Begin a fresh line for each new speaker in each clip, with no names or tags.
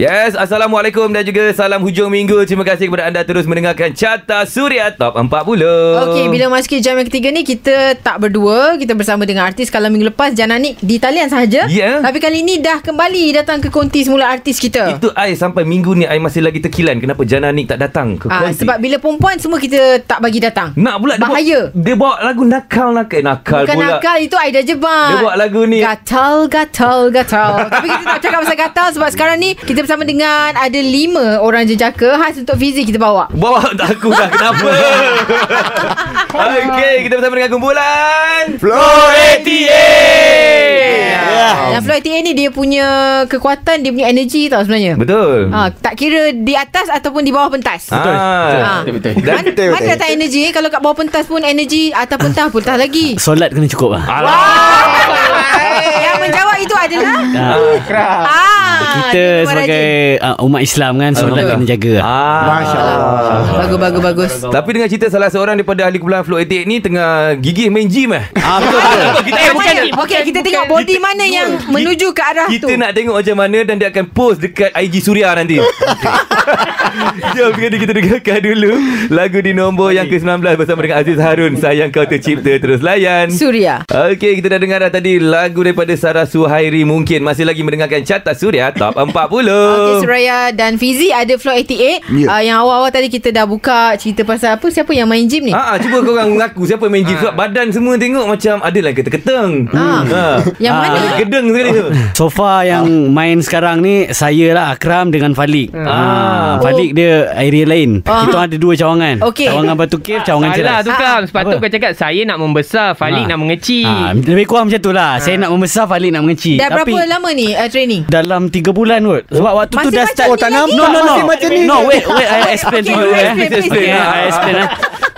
Yes, Assalamualaikum dan juga salam hujung minggu. Terima kasih kepada anda terus mendengarkan Carta Suria Top 40.
Okey, bila masuk ke jam yang ketiga ni kita tak berdua, kita bersama dengan artis. Kalau minggu lepas Jananik di talian sahaja.
Ya.
Tapi kali ni dah kembali datang ke konti semula artis kita.
Itu I sampai minggu ni I masih lagi terkilan kenapa Jana Nick tak datang ke
Ah,
konti.
sebab bila perempuan semua kita tak bagi datang.
nak pula dia
bahaya.
Bawa, dia bawa lagu nakal nakal eh, nakal
Bukan
pula.
nakal Itu Aida Jebat
Dia buat lagu ni.
Gatal Gatal Gatal Tapi kita tak cakap pasal gatal Sebab sekarang ni Kita bersama dengan Ada lima orang jejaka Khas untuk Fizi kita bawa
Bawa tak aku dah kenapa? Okey, kita bersama dengan kumpulan Flow 88.
Eh, Dan Flow ITA ni Dia punya Kekuatan Dia punya energi tau sebenarnya
Betul.
ha, Tak kira di atas Ataupun di bawah pentas
Betul.
Ah.
Betul, betul.
Mana, mana datang energi eh? Kalau kat bawah pentas pun Energi atas pentas pun Tak lagi Ah.
Solat kena cukup lah
Ah.
Yang menjawab itu adalah ah,
Kita sebagai uh, umat Islam kan Solat
Betul.
kena jaga lah
Ah.
Bagus bagus bagus
Tapi dengan cerita salah seorang daripada ahli kumpulan Flow 88 ni tengah gigih main gym eh. Ah, betul betul. Kita
Eh, bukan, okay, kita tengok body mana yang menuju ke arah
kita
tu.
nak tengok macam mana dan dia akan post dekat IG Suria nanti. Jom sekali kita dengarkan dulu lagu di nombor yang ke-19 bersama dengan Aziz Harun Sayang Kau Tercipta terus layan.
Suria.
Okey, kita dah dengar dah tadi lagu daripada Sarah Suhairi mungkin masih lagi mendengarkan Carta Suria Top 40.
Okey Suraya dan Fizi ada Floor 88 yeah. uh, yang awal-awal tadi kita dah buka cerita pasal apa siapa yang main gym ni.
Ha, cuba korang mengaku siapa yang main gym sebab badan semua tengok macam ada lah keteng-keteng.
Ah. Yang
Ah.
mana?
Gedeng sekali tu.
So far yang main sekarang ni Saya lah Akram dengan Falik
Ah.
ah, Falik dia area lain
Oh. Ah.
Kita ada dua cawangan
Okey.
Cawangan Batu Kif Cawangan
Salah
Ceras
tu
Ah,
kam Sebab tu
Apa?
kau cakap Saya nak membesar Falik
Ah.
nak mengecil
ah, Lebih kurang macam tu lah Saya nak membesar Falik nak mengecil
Dah
eh, Tapi
berapa lama ni uh, training?
Dalam 3 bulan kot Sebab waktu
Masih
tu dah
macam
start
ni Oh, tak lagi? nampak.
No no no
Masih
macam ni No wait wait I explain
Okay,
dulu
you
eh.
explain, please.
Okay I explain eh.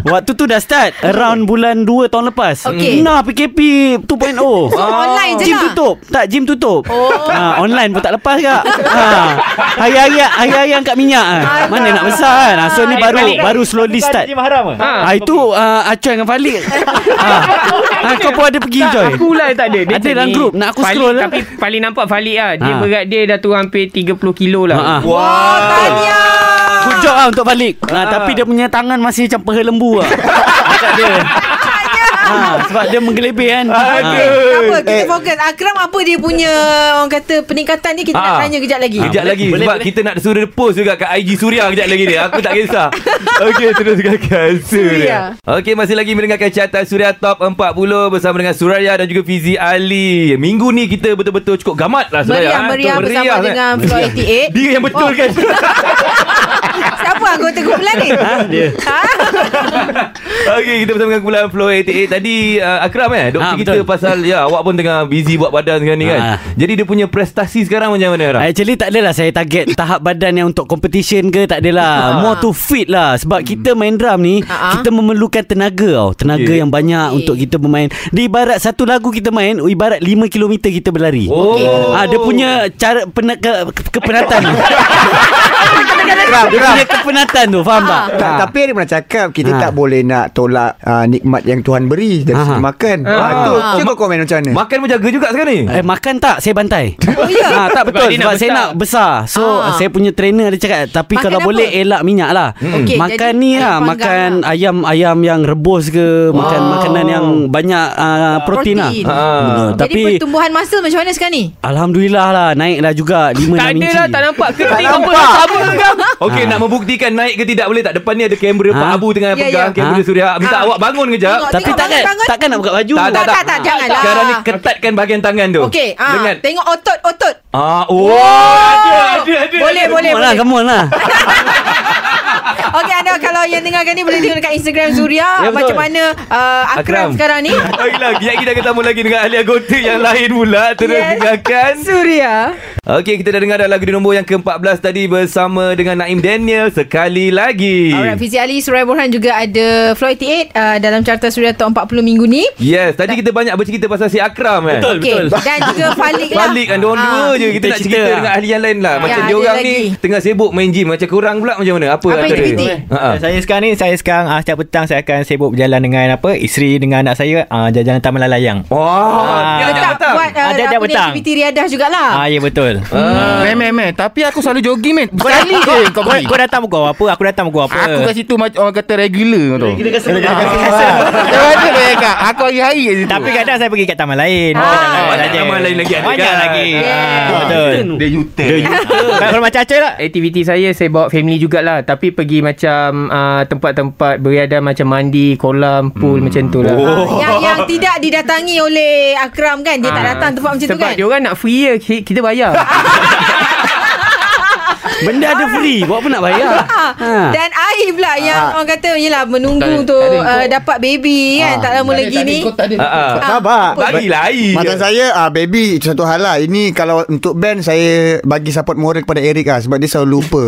Waktu tu dah start Around bulan 2 tahun lepas
Okay.
Nah PKP 2.0
So online je
Ah. Gym
lah.
tutup Tak gym tutup
Oh.
ha, Online pun tak lepas kak ha. Hari-hari Hari-hari angkat minyak ah.
Alah.
Mana nak besar kan ha, So ni
Balik,
baru
balik.
Baru slowly start
Ah.
ha, Itu uh, Acoy dengan Falik ha. ha, Kau pun ada pergi
Tak,
Coy
aku lah yang tak ada
Ada dalam
sini.
group, nak aku
Falik,
scroll lah.
Tapi paling nampak Falik lah Dia
Ah.
berat dia dah turun hampir 30 kilo lah
Ah, ah.
Wow.
Oh, tanya.
Good job lah untuk balik ha, Tapi dia punya tangan masih macam peha lembu lah Dekat dia ha, Sebab dia menggelebih kan
Aduh.
Apa kita fokus Akram apa dia punya Orang kata peningkatan ni Kita nak
Ah.
tanya kejap lagi
Kejap lagi boleh, sebab boleh. kita nak suruh dia post juga kat IG Suria kejap lagi ni. Aku tak kisah. Okey, terus dengarkan Suria.
Suria.
Okey, masih lagi mendengarkan carta Suria Top 40 bersama dengan Suraya dan juga Fizi Ali. Minggu ni kita betul-betul cukup gamat lah Suraya.
Meriah-meriah bersama dengan Floor 88
eh. Dia yang betul kan?
Oh, Siapa anggota kumpulan ni?
Ah,
Ha, dia.
Okey, kita bersama dengan kumpulan Flow 88. Tadi uh, Akram eh, doktor
Ah,
kita
betul.
pasal ya awak pun tengah busy buat badan sekarang ni kan.
Ah. Eh.
Jadi dia punya prestasi sekarang macam mana Akram?
Actually tak adalah saya target tahap badan yang untuk competition ke tak
Ah.
adalah more to fit lah sebab
Hmm.
kita main drum ni
Ah, ah.
kita memerlukan tenaga tau tenaga
Okey.
yang banyak
Okey.
untuk kita bermain di ibarat satu lagu kita main ibarat 5 km kita berlari
Oh.
Ah, dia punya cara pena, ke, ke, kepenatan tu. dia punya kepenatan tu, faham
Ah.
tak?
Tak, tapi dia pernah cakap kita
Ha.
tak boleh nak tolak uh, nikmat yang Tuhan beri dari
Ha.
segi makan. Ha.
Ha.
tu, cuba komen macam mana?
Makan pun jaga juga sekarang ni.
Eh, makan tak? Saya bantai.
Oh, ya?
Ah, tak betul.
dia
Sebab,
nak
saya
besar.
nak besar. So,
Ah.
saya punya trainer dia cakap, tapi
Makan
kalau
apa?
boleh elak minyak lah.
Okey,
makan
jadi
ni lah.
panggang
Makan
lah.
ayam-ayam yang rebus ke. Makan makanan yang banyak ah, protein, lah.
Protein.
Ah.
Ah,
Jadi
tapi...
pertumbuhan masa macam mana sekarang ni?
Alhamdulillah lah Naik dah juga 5-6 inci
Tak ada lah Tak nampak ke Tak
nampak.
Okey,
Ah.
nak membuktikan naik ke tidak boleh tak? Depan ni ada kamera
Ah.
Pak Abu tengah
Ya,
pegang
ya.
kamera
Ah.
Suria. Minta
Ah.
awak bangun kejap.
Tengok,
Tapi
tengok,
takkan
bangun, bangun.
Takkan nak buka baju
Tak, tak,
tak, tak, janganlah.
Sekarang ni ketatkan bahagian tangan tu.
Okey, ah,
Dengan
tengok otot-otot.
Ah, oh, ada, ada, ada.
Boleh, boleh,
Come on lah
boleh.
Come on lah
Okey anda kalau yang dengarkan ni boleh tengok dekat Instagram Suria
Ya, betul.
macam mana uh,
Akram.
Akram, sekarang ni.
Baiklah, kita lah, kita ketemu lagi dengan ahli anggota yang lain pula. Terus yes.
Yes.
dengarkan.
Suria.
Okey, kita dah dengar dah lagu di nombor yang ke-14 tadi bersama dengan Naim Daniel sekali lagi.
Alright, Fizi Ali, Surai Borhan juga ada Floyd 88 uh, dalam carta Suria Top 40 minggu ni.
Yes, tadi kita banyak bercerita pasal si Akram eh.
Betul,
Okey,
betul.
dan juga Falik lah.
Balik kan Diorang dua
Ah.
je Kita nak cerita
Cerita lah.
dengan ahli yang lain lah Macam
Ya,
dia
ada
orang ni
lagi.
Tengah sibuk main gym Macam korang pula macam mana Apa, Ha,
Apa
antara dia?
aktiviti?
Ha-ha.
Uh, saya sekarang ni saya sekarang uh, setiap petang saya akan sibuk berjalan dengan apa isteri dengan anak saya uh, jalan-jalan taman lalayang.
Wah,
Ah.
dia Ha,
Tetap
datang.
buat uh,
Ada tiap
apa ni,
petang.
aktiviti riadah jugalah.
Ah ya betul. betul.
Meh meh meh Eh, Tapi aku selalu jogging meh Sekali je kau
Kau,
pergi
kau datang pukul apa? Aku datang pukul apa?
eh.
Aku kat situ mac- Orang kata regular tau Regular kasi Macam mana boleh cakap Aku hari-hari kat situ
Tapi kadang saya pergi kat taman lain.
Ah.
Banyak taman lain lagi ada
Banyak
kan?
lagi.
Yeah.
Ah, Betul.
Dia U-turn
Kalau rumah Caca lah.
Aktiviti saya Saya bawa family jugalah Tapi pergi macam uh, Tempat-tempat Beriadan macam mandi Kolam Pool hmm. macam tu lah
Oh.
Yang yang tidak didatangi oleh Akram kan Dia tak
Ah.
datang tempat macam tu
Sebab
kan
dia orang nak free ya ki- Kita bayar
Benda ada free Buat apa nak bayar ha.
Ha. Dan air pula yang orang kata yelah menunggu untuk uh, dapat baby kan tak lama lagi ni.
Ah, ah.
Sabar
Bagilah air
Macam saya ah, Baby Satu hal lah Ini kalau untuk band Saya bagi support moral Kepada Eric lah Sebab dia selalu lupa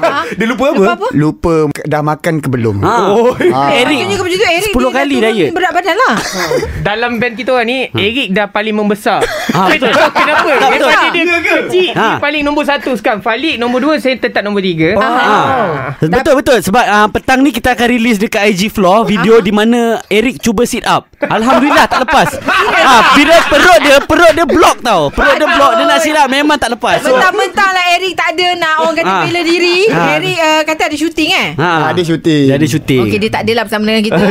Ha?
Dia lupa apa?
Lupa apa?
Lupa ke- Dah makan ke belum
ha.
Oh.
Ah.
Eric.
Eric
Maksudnya kepada tu Eric dia
10
dah
kali
turun
diet.
Berat badan lah.
Dalam band kita orang ni Eric dah paling membesar
Hmm. Ah,
Saya tak
betul.
tahu kenapa
Tak, betul.
Daripada dia kecil
Ah.
Dia paling nombor satu sekarang Falik nombor dua Saya tetap nombor tiga
Oh.
Ah. Betul betul sebab ah, petang ni kita akan release dekat IG Floor video di mana Eric cuba sit up. Alhamdulillah tak lepas. Ah bila perut dia perut dia block tau. Perut dia block dia nak sit up memang tak lepas. Ha. So,
Mentah-mentah lah Eric tak ada nak orang kata
Ah.
bela diri.
Ah.
Eric uh, kata ada syuting eh.
Ah, Dia syuting
Dia ada syuting.
Okey dia tak adalah bersama dengan kita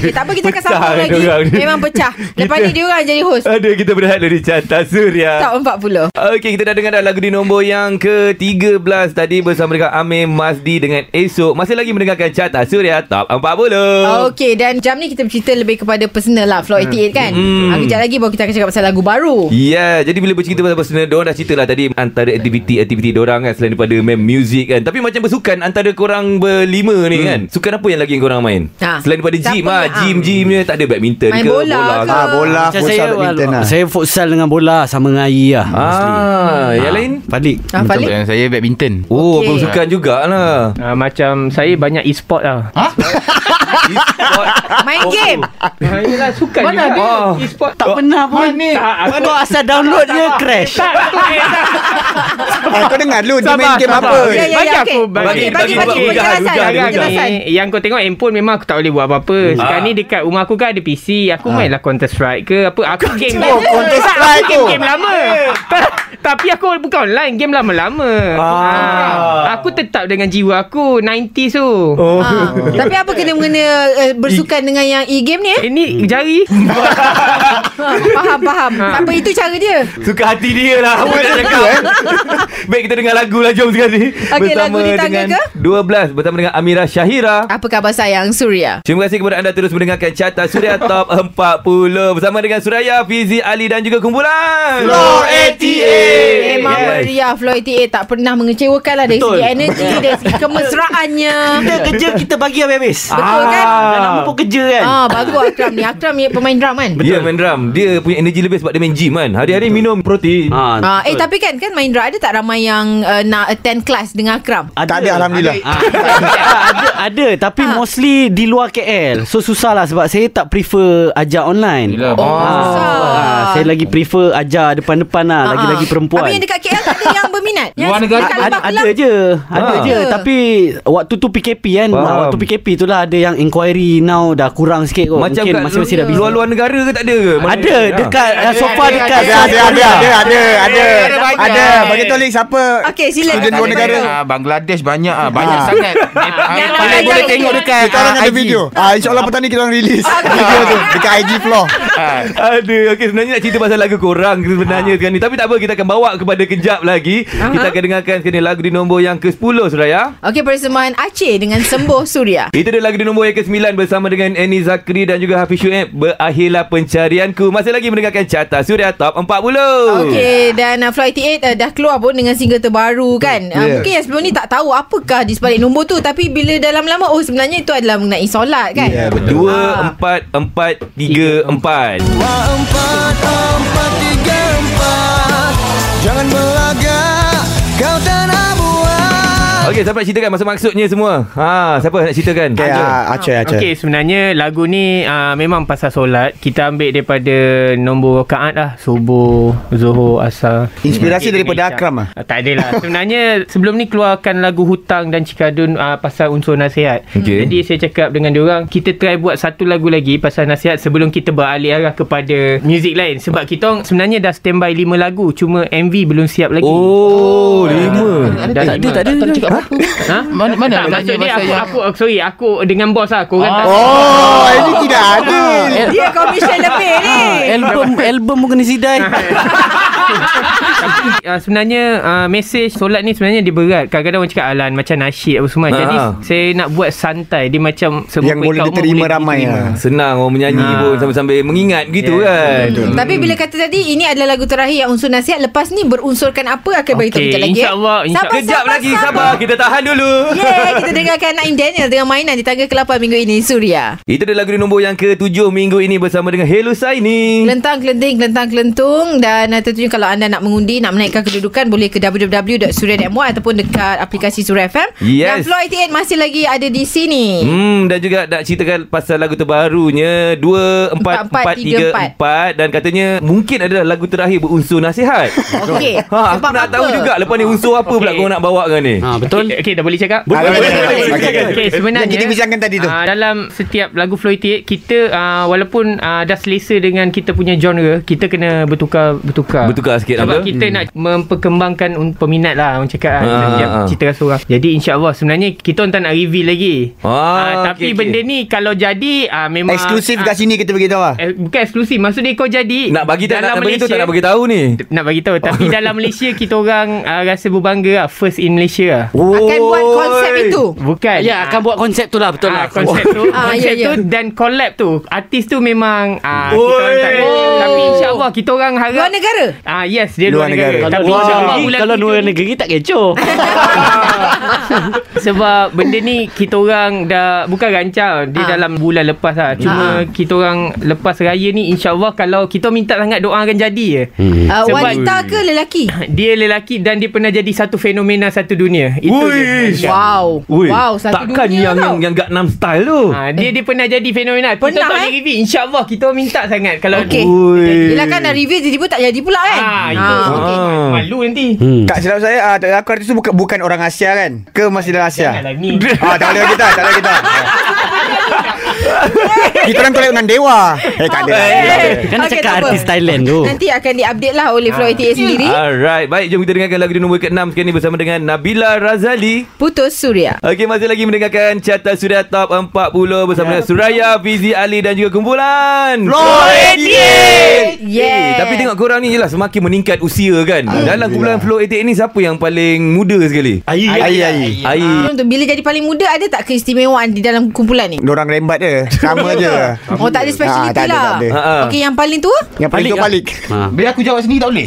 Okey tak apa kita akan
Pecah
sambung
dia
lagi
orang ni.
Memang pecah Lepas
Kita-
ni dia orang jadi host
Ada kita berehat dari Carta Suria.
Top 40
Okey, kita dah dengar dah lagu di nombor yang ke-13 tadi bersama dengan Amir Masdi dengan Esok. Masih lagi mendengarkan Carta Suria Top 40.
Okey dan jam ni kita bercerita lebih kepada personal lah Floor 88 kan
Uh. Hmm.
hmm. Kejap lagi baru kita akan cakap pasal lagu baru
Ya, yeah, jadi bila bercerita pasal personal, diorang dah cerita lah tadi antara aktiviti-aktiviti diorang kan selain daripada main music kan. Tapi macam bersukan antara korang berlima ni hmm. kan. Sukan apa yang lagi yang korang main?
Ha.
Selain daripada
Siapa
gym
yang-
ah,
ah.
gym-gym ni tak ada badminton
Main
ke
bola ke?
Ah, bola
Macam
futsal,
saya
badminton lah.
saya futsal dengan bola sama dengan air lah.
Ah, yang lain?
Falik.
Ah, Falik
Macam saya badminton
Oh,
Okey.
okay. bersukan jugalah.
Ah, macam saya banyak e-sport lah. Ha?
Main game
Ah, Yelah, suka
Mana
juga.
ada?
Oh. E-sport.
Tak pernah pun Tak, Kau asal download dia crash
Tak, aku tak.
eh, Kau dengar dulu Dia main game apa
Ya, ya,
Bagi
ya,
aku,
okey.
bagi,
Okey, bagi,
bagi,
bagi,
bagi.
penjelasan,
Ludah, ludah,
penjelasan.
Ni, yang kau tengok handphone memang aku tak boleh buat apa-apa.
Hmm.
Sekarang ni dekat rumah aku kan ada PC. Aku
Ah.
main lah Counter Strike ke apa. Aku game
Oh, Counter
Tak, aku
Strike tu.
game-game lama. Ta- Tapi aku bukan online game lama-lama. Ah. Aku tetap dengan jiwa aku 90s tu.
Oh.
Ha. Tapi apa kena mengena uh, bersukan dengan yang e-game ni eh?
Ini jari.
Ha, faham, faham. Tak apa itu cara dia.
Suka hati dia lah Apa nak cakap eh? Baik kita dengar lagu lah Jom sekali
Okey, lagu ditangga
dengan
ke?
12 Bersama dengan Amira Syahira
Apa khabar sayang Surya?
Terima kasih kepada anda terus mendengarkan Carta Suria Top 40 Bersama dengan Suraya, Fizi, Ali dan juga kumpulan
Floor 88.
Memang yes. meriah Floyd TA tak pernah mengecewakan lah Dari
Betul.
segi energi Dari segi kemesraannya
Kita kerja kita bagi habis-habis
Betul kan?
Dah lama pun kerja kan
Ah, bagus Akram ni Akram ni pemain drum kan
Ya.
Betul. Dia main drum Dia punya energi lebih sebab dia main gym kan Hari-hari minum protein
Ah,
Ah, eh
betul.
tapi kan kan main drum ada tak ramai yang uh, nak attend kelas dengan Akram?
Tak ada Alhamdulillah
Ah, ada, ada tapi
Ah.
mostly di luar KL. So susah lah sebab saya tak prefer ajar online.
Yelah,
Oh, susah.
Ah, saya lagi prefer ajar depan-depan lah,
Ah, ah.
lagi-lagi perempuan.
Habis yang dekat KL tak ada yang berminat? Yang
Luar negara
dekat
Ad,
Lembah
ada
Kelang?
je Ada
Ah.
je Tapi Waktu tu PKP kan
Faham.
Waktu PKP tu lah Ada yang inquiry Now dah kurang sikit kot
Macam
Mungkin
kat
masih-masih dah busy
luar-luar negara ke tak ada ke? Mana-
Ada
Ya.
Dekat ah, So far
ada,
dekat
Ada ada ada ada ada ada ada bagi tahu link siapa
Okey, sila.
student luar negara
Ah, Bangladesh banyak ah, banyak
Eh, Ah.
sangat. Ah,
Yang
paling
lain
boleh
yang
tengok
lain.
dekat
kita orang
ah,
ada
IG.
video ah insyaallah petang ni kita orang release video tu dekat IG floor
Ah.
Ada Okey sebenarnya nak cerita pasal lagu korang Sebenarnya sekarang ni Tapi tak apa Kita akan bawa kepada kejap lagi
Aha.
Kita akan dengarkan sekarang ni Lagu di nombor yang ke-10 Suraya
Okey, persembahan Aceh dengan Sembuh Surya.
Itu dia lagu di nombor yang ke-9 Bersama dengan Annie Zakri Dan juga Hafiz Shuib Berakhirlah pencarianku Masih lagi mendengarkan Carta Suria Top 40
Okey dan uh, Floyd 88 uh, dah keluar pun dengan single terbaru kan. Yeah. Uh,
Yeah.
mungkin yang sebelum ni tak tahu apakah di sebalik nombor tu tapi bila dalam lama oh sebenarnya itu adalah mengenai solat kan.
Yeah,
Ya,
betul.
Dua, empat, empat, tiga, empat
jangan belagak kau tanah buah
Okey Okey, siapa nak ceritakan maksud-maksudnya semua? Ha, siapa nak ceritakan?
Okay, ah, Aceh, Aceh.
Okey sebenarnya lagu ni uh, memang pasal solat. Kita ambil daripada nombor rakaat lah. Subuh, Zuhur, Asar.
Inspirasi daripada
Isyak.
Akram ah?
Ah, Tak adalah. sebenarnya sebelum ni keluarkan lagu Hutang dan Cikadun uh, pasal unsur nasihat.
Okey.
Jadi saya cakap dengan diorang kita try buat satu lagu lagi pasal nasihat sebelum kita beralih arah kepada muzik lain. Sebab kita orang sebenarnya dah standby 5 lagu cuma MV belum siap lagi. Ah,
Oh, lima.
Dah
Tak ada,
lima.
tak ada. Tak cakap apa-apa.
Ha?
Mana mana
tak,
lagunya
maksud dia
pasal
aku,
yang- Ah.
aku, sorry aku dengan bos lah korang tak
Oh, ini tidak adil.
Eh,
Dia commission lebih ni.
Ah, Album album pun kena sidai.
Tapi uh, sebenarnya uh, mesej solat ni sebenarnya dia berat. Kadang-kadang orang cakap alan macam nasyid apa semua.
Ha,
Jadi
ha.
saya nak buat santai. Dia macam sebuah
Yang boleh
ikut umur
diterima ramai
diterima.
lah.
Senang orang menyanyi
Ah.
pun sambil-sambil mengingat gitu kan.
Tapi bila kata tadi Ini adalah lagu terakhir Yang unsur nasihat Lepas ni berunsurkan apa Akan beritahu
Okey,
kejap lagi eh.
insyaAllah, insya-
Sabar,
Kejap
sabar,
lagi sabar. Kita tahan dulu.
Yeah, kita dengarkan Naim Daniel dengan mainan di tangga ke-8 minggu ini, Suria.
Itu dia lagu di nombor yang ke-7 minggu ini bersama dengan Hello Saini.
Kelentang, kelenting, kelentang, kelentung dan uh, tentunya kalau anda nak mengundi, nak menaikkan kedudukan boleh ke www.suria.my ataupun dekat aplikasi Suria FM. Dan
Yes.
Flow 88 masih lagi ada di sini.
Hmm dan juga nak ceritakan pasal lagu terbarunya 2 4
Empat, empat, tiga,
4 3 4 dan katanya mungkin adalah lagu terakhir berunsur nasihat.
Okey.
Ha, aku
Sebab
nak tahu
apa?
juga lepas ni unsur apa pula
Okey.
kau nak bawa kan ni.
Ha betul.
Okey, okay, dah boleh cakap?
Boleh, boleh, boleh, boleh.
Okey,
Okey,
Okey, sebenarnya
Yang kita bincangkan tadi tu.
ah, dalam setiap lagu Floyd 88 kita ah, walaupun ah, dah selesa dengan kita punya genre, kita kena bertukar bertukar.
Bertukar sikit, lah,
Sebab
apa? Hmm.
kita nak memperkembangkan un- peminat lah orang cakap
Ah,
ah,
ah, ah.
cerita rasa orang. Jadi insya-Allah sebenarnya kita orang tak nak reveal lagi.
Ah,
Ah, tapi
okey,
benda
okey.
ni kalau jadi ah, memang
Eksklusif
ah,
kat sini kita beritahu lah.
Eh, bukan eksklusif Maksudnya kau jadi
Nak bagi tak nak, nak
dalam
bagi tu tak
Malaysia-
nak bagi tahu ni.
Nak bagi tahu Tapi dalam Malaysia Kita orang uh, Rasa berbangga lah First in Malaysia lah
Akan buat konsep
Oi.
itu.
Bukan
Ya akan buat konsep tu lah betul lah.
Ah, konsep tu
Ah,
Konsep
ya, ya.
tu Dan collab tu Artis tu memang ah, Kita
Oi.
orang tak Tapi insyaAllah Kita orang harap
Oh. Luar negara?
Ah Yes dia luar,
Luar
negara,
negara.
Tapi
Kalau luar
insyaAllah
negeri,
bulan
kalau
tu
luar
kita-
negeri tak kecoh.
Sebab benda ni Kita orang dah Bukan rancang Dia
Ah.
dalam bulan lepas lah Cuma kita orang Lepas raya ni InsyaAllah Kalau kita minta sangat Doa akan jadi je
Hmm.
Uh,
Sebab-
wanita ke lelaki?
Dia lelaki dan dia pernah jadi satu fenomena satu dunia. Itu
Ui.
dia.
Wow.
Ui,
wow, satu
takkan
dunia
yang,
tau.
yang yang Gangnam style tu.
Ha, dia dia pernah jadi fenomena.
Pernah,
kita tak
eh?
boleh review. InsyaAllah kita minta sangat kalau
Okey.
Ui.
Yelah kan dah review tiba-tiba tak jadi pula kan?
Ah, itu okey.
Ah.
Malu nanti.
Hmm.
Hmm.
Tak silap saya, ah, tak aku artis tu bukan, bukan orang Asia kan? Ke masih dalam Asia?
lah.
Janganlah ni.
Ah, tak boleh kita, tak boleh kita. kita orang collab dengan Dewa. Eh, tak ada.
Kan nak
Okey,
cakap
tak apa.
artis Thailand
Oh.
tu.
Nanti akan diupdate lah
Ah.
oleh Flow 88 sendiri.
Ah. Alright, baik jom kita dengarkan lagu di nombor ke-6 sekarang ni bersama dengan Nabila Razali.
Putus Suria.
Okey, masih lagi mendengarkan Carta Suria Top 40 bersama
Ya.
dengan Suraya, Fizi Ali dan juga kumpulan Flow 88.
Yeah.
Eh, tapi tengok korang ni jelah semakin meningkat usia kan. Dalam kumpulan Flow 88 ni siapa yang paling muda sekali?
Ayi.
Air, air.
Ya.
Ai.
Untuk Ah, bila jadi paling muda ada tak keistimewaan di dalam kumpulan ni?
Diorang rembat dia. Sama je.
Oh tak ada
Ah,
speciality
tak ada,
lah.
tak ada.
Ha, ha.
Okey yang paling tua?
Yang paling tu balik.
Ha.
Bila aku jawab sendiri tak boleh.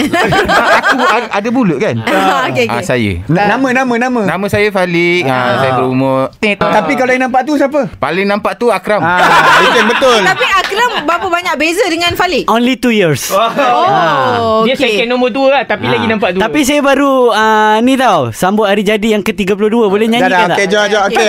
aku a- ada bulut kan?
Okey
Ah,
okey.
saya.
Nama, nama, nama.
Nama saya Falik. Ah, saya berumur.
Tapi kalau yang nampak tu siapa?
paling nampak tu Akram.
Ah, itu yang betul.
Tapi Akram berapa banyak beza dengan Falik?
Only two years.
Oh,
Ah. Dia
okey.
second nombor dua lah tapi
Ah.
lagi nampak dua.
Tapi saya baru uh, ni tau, sambut hari jadi yang ke-32. Boleh
Dah
nyanyikan
dah,
tak?
okay, jom, jom. Okay,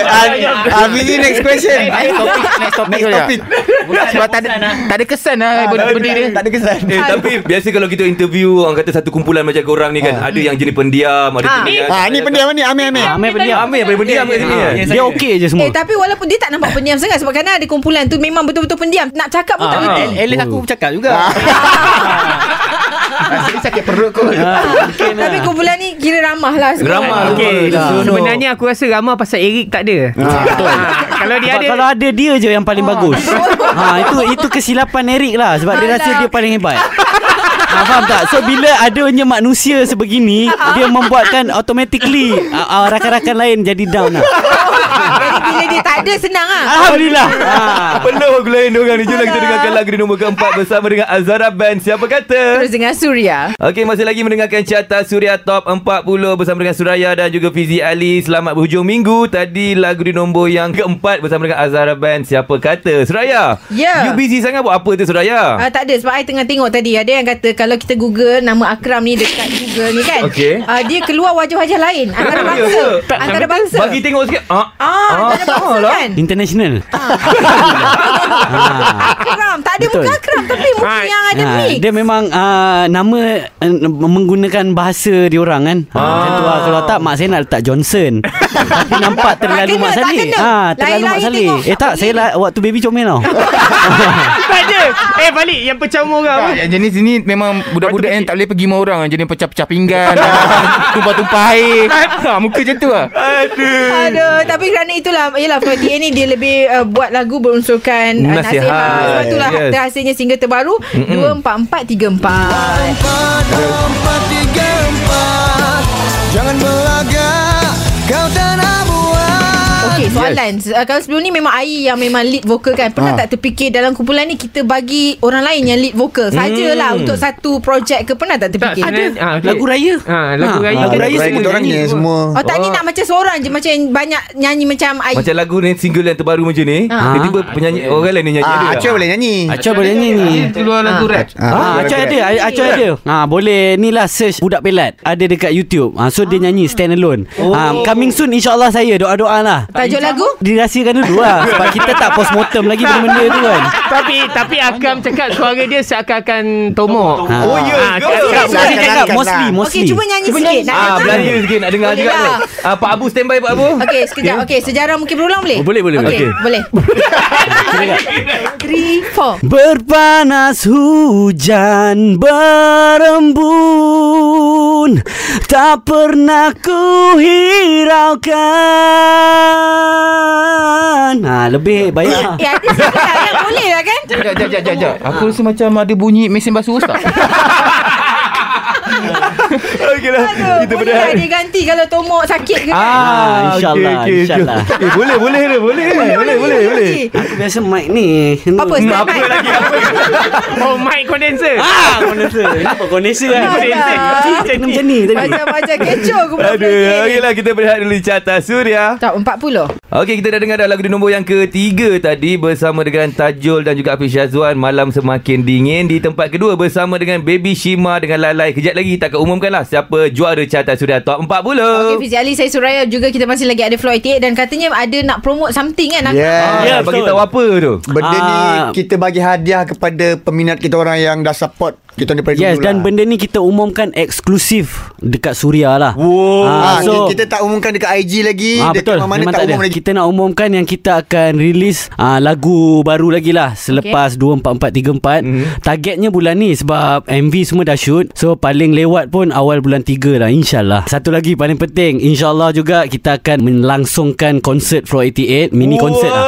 Habis ni next question.
Next topic, next topic.
Next
boleh tak?
topic. Ah,
Bukan sebab tak ada, tak ada kesan lah benda, benda dia.
Tak ada kesan.
Eh, tapi biasa kalau kita interview orang kata satu kumpulan macam korang ni kan, ada yang jenis pendiam, ada
Ah.
jenis
Ha, ni pendiam ni, Amir, Amir.
Amir pendiam.
Amir yang paling pendiam kat sini kan.
Dia okey je semua.
Eh tapi walaupun dia tak nampak pendiam sangat sebab kadang ada kumpulan tu memang betul-betul pendiam. Nak cakap pun tak berhenti.
Alex aku cakap juga.
Saya sakit perut kot.
Ha. lah.
Tapi kumpulan ni kira ramah lah semua.
Ramah lah.
Okey,
Dah.
sebenarnya aku rasa ramah pasal Eric tak ada. Ah, kalau dia
Sebab
ada
kalau ada dia je yang
Ah.
paling bagus. ha itu itu kesilapan Eric lah sebab dia rasa
Alah.
dia paling hebat. Ha, faham tak? So bila adanya manusia
Ah.
ah, sebegini dia membuatkan automatically uh, uh, rakan-rakan lain jadi down lah.
Very Bila dia tak ada senang ah.
Alhamdulillah. Ah.
Penuh lagu lain orang ni Jomlah kita
Alah.
dengarkan lagu di nombor keempat Bersama dengan Azara Band Siapa kata
Terus dengan Suria.
Okey masih lagi mendengarkan carta Suria Top 40 Bersama dengan Suraya dan juga Fizi Ali Selamat berhujung minggu Tadi lagu di nombor yang keempat Bersama dengan Azara Band Siapa kata Suraya
Ya.
You busy sangat buat apa tu Suraya
Ah, tak ada sebab I tengah tengok tadi Ada yang kata Kalau kita google Nama Akram ni Dekat google ni kan
Okey.
ah, Dia keluar wajah-wajah lain Antara
Ya
bangsa
ke? Tak,
Antara bangsa
Bagi tengok sikit ah,
Ah, antara bangsa
lah.
kan
International. Ah.
Akram Tak ada
Betul.
muka Akram Tapi muka yang ada
Ah,
mix
Dia memang uh, Nama uh, Menggunakan bahasa diorang kan ah. Macam tu lah Kalau tak Mak saya nak letak Johnson Tapi nampak terlalu
kena,
Mak
tak
Saleh
kena.
ah, Terlalu Mak
Lain-lain
Saleh
tengok.
Eh tak Saya lah, waktu baby comel tau
Tak ada Eh balik Yang pecah orang
Tak, yang jenis ni memang budak-budak yang tak boleh pergi dengan orang. Yang jenis pecah-pecah pinggan, ah, tumpah-tumpah air. Ha, muka macam tu lah.
Aduh, tapi kerana itulah Yelah, Fatia ni dia lebih uh, buat lagu berunsurkan uh, nasihat.
Nasihat.
nasihat. Sebab itulah
Yes.
yes. terhasilnya single terbaru 24434.
Jangan belagak Kau tak nak buat
Okey, Ah, soalan. Yes. Uh, kalau sebelum ni memang Ai yang memang lead vocal kan. Pernah
Ah.
Ha.
tak terfikir dalam kumpulan ni kita bagi orang lain yang lead vocal sajalah
Hmm.
untuk satu projek ke pernah tak
Tak
terfikir?
sebenarnya
ada.
ah,
Lagu raya
ha, Lagu
Ah,
raya
lagu
kan
raya
dia
Kita orang
nyanyi
ni semua Ah,
Oh, tak ni nak macam seorang je macam yang banyak nyanyi macam Ai.
Macam lagu ni single yang terbaru macam ni
Ah.
Tiba-tiba penyanyi Orang lain ni nyanyi
Ah,
ada
Acua
tak?
boleh nyanyi
Acua boleh ni ni
Keluar lagu rap.
Ah, Acua ada A- Acua ada ah, Boleh ni lah search Budak Pelat Ada dekat YouTube ah, So dia nyanyi stand alone ah, Coming soon insyaAllah saya Doa-doa lah
Tajuk lagu?
Dirahsiakan dulu lah Sebab kita tak postmortem lagi Benda-benda tu kan
tapi tapi Akram cakap suara dia seakan-akan tomok.
Oh,
Ah.
ya ke?
Cakap,
Silakan,
mostly cakap
silakan.
Mostly
Okey,
Mostly
cuba nyanyi sikit.
Ah,
Nak dengar?
belanja sikit nak dengar
Boleh
juga
lah.
ni. Ah, Pak Abu standby Pak Abu.
Okey, sekejap. Okey, sejarah mungkin berulang boleh?
Oh, boleh, boleh, boleh.
Okey,
Okey.
boleh. Three, four.
Berpanas hujan berembun Tak pernah ku hiraukan ha, Lebih baik lah
Eh, ada sebelah kan? Boleh lah kan?
Jap, jap, jap, jap, jap. Aku rasa macam ada bunyi mesin basuh ustaz.
Okeylah.
Aduh,
Kita
boleh
bedah.
lah dia ganti kalau tomok sakit ke kan?
Ah, insyaAllah,
okey, okey,
insyaAllah.
jom. Eh, boleh, boleh, dah, boleh, boleh, boleh, boleh, boleh.
Aku biasa mic ni
Apa,
Hmm,
stand
Apa
by?
lagi? Apa lagi?
Oh, mic condenser.
Ah, kondensor Ini apa kondensor kan
Alah.
Kena macam ni tadi
Macam macam kecoh aku pula
Aduh,
fikir ni.
okeylah kita berehat dulu di carta suria.
Top 40.
Okey, kita dah dengar dah lagu di nombor yang ketiga tadi bersama dengan Tajul dan juga Afiq Syazwan Malam Semakin Dingin di tempat kedua bersama dengan Baby Shima dengan Lalai. Kejap lagi tak akan umumkan lah siapa juara carta suria top Ah, 40.
Okey Fizi Ali Saya Suraya Juga kita masih lagi ada Flow 88 Dan katanya ada nak promote something kan
Ah,
Yeah
Ya,
bagi
betul.
tahu apa tu?
Benda ni
Ah.
kita bagi hadiah kepada peminat kita orang yang dah support kita daripada
Yes
dulu
dan
lah.
benda ni kita umumkan eksklusif dekat Suria lah.
Wow.
Ah, so, kita tak umumkan dekat IG lagi
Ah,
dekat
betul
mana-mana
Memang
tak
tak ada
umum lagi.
Kita nak umumkan Yang kita akan release ah, Lagu baru lagi lah Selepas okay. 24434 mm-hmm. Targetnya bulan ni Sebab MV semua dah shoot So paling lewat pun Awal bulan 3 lah InsyaAllah Satu lagi paling penting InsyaAllah juga Kita akan melangsungkan Konsert Floor 88 Mini
Wow.
konsert lah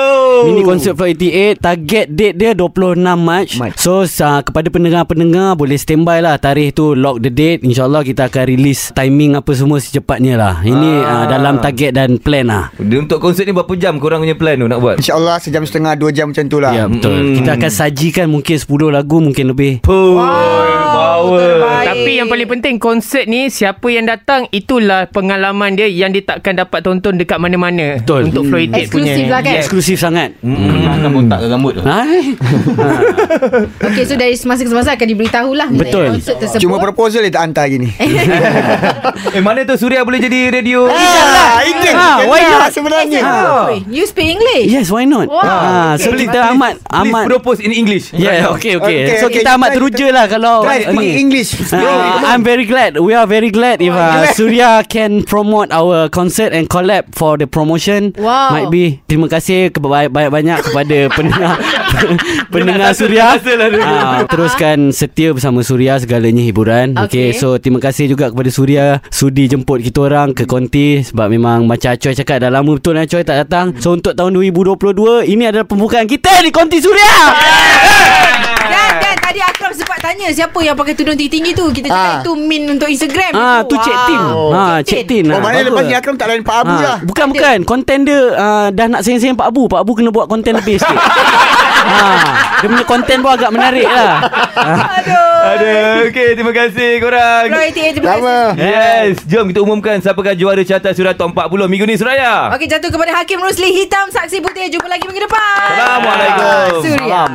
Mini konsert Floor 88 Target date dia 26 Mac So uh, kepada pendengar-pendengar Boleh standby lah Tarikh tu lock the date InsyaAllah kita akan release Timing apa semua secepatnya lah Ini ah. uh, dalam target dan plan lah
Dia Untuk konsert ni berapa jam korang punya plan tu nak buat?
InsyaAllah sejam setengah Dua jam macam tu lah
Ya betul
Mm.
Kita akan sajikan mungkin 10 lagu Mungkin lebih
Puh,
terbaik.
Tapi yang paling penting konsert ni siapa yang datang itulah pengalaman dia yang dia takkan dapat tonton dekat mana-mana
Betul.
untuk Floyd
Hmm.
Tate punya.
Eksklusif lah kan?
Yes.
Eh, Eksklusif sangat
Hmm.
Makan botak ke rambut tu.
ha?
Okey so dari semasa ke semasa Akan diberitahulah mengenai
Betul.
Konsert tersebut
Cuma Ah, proposal dia tak hantar lagi ni
Eh mana tu Suria boleh jadi radio?
Ah, Itu yang
Ah,
kita
why
nak
not? Ah.
sebenarnya
Oi, You speak English
Yes why not
Wow.
ha, So
Please,
kita Ya,
please,
amat
Please
Amat
propose in English.
Yeah okay okay,
Okay,
So
okay,
kita amat
try-
teruja lah Kalau
Try
ni.
speak English
Uh, I'm very glad. We are very glad if uh, Surya can promote our concert and collab for the promotion.
Wow.
Might be. Terima kasih keba- banyak-banyak kepada pendengar pendengar Surya. Uh, teruskan setia bersama Surya segalanya hiburan. Okay.
Okay.
okay. So terima kasih juga kepada Surya sudi jemput kita orang ke konti sebab memang macam Acoy cakap dah lama betul lah Acoy tak datang. So untuk tahun 2022 ini adalah pembukaan kita di konti Surya.
Dan dan Tadi Akram sempat tanya siapa yang pakai tudung tinggi tu. Kita cakap
Ah.
itu min untuk Instagram.
Ah tu cek
Ah.
tin. Ha
Cik
cek
Tin.
tin.
Oh, maknanya lepas ni Akram tak lain Pak
Ah.
Abu lah.
Bukan bukan Contender uh, Dah nak sayang-sayang Pak Abu Pak Abu kena buat konten lebih sikit ha, Dia punya konten pun agak menarik lah
Aduh.
Ada. Okey, terima kasih korang.
Roy T.A. terima
Lama.
kasih.
Yes, jom kita umumkan siapakah juara carta surat top 40 minggu ni Suraya.
Okey, jatuh kepada Hakim Rusli Hitam, Saksi Putih. Jumpa lagi minggu depan.
Assalamualaikum.
Suria.
Salam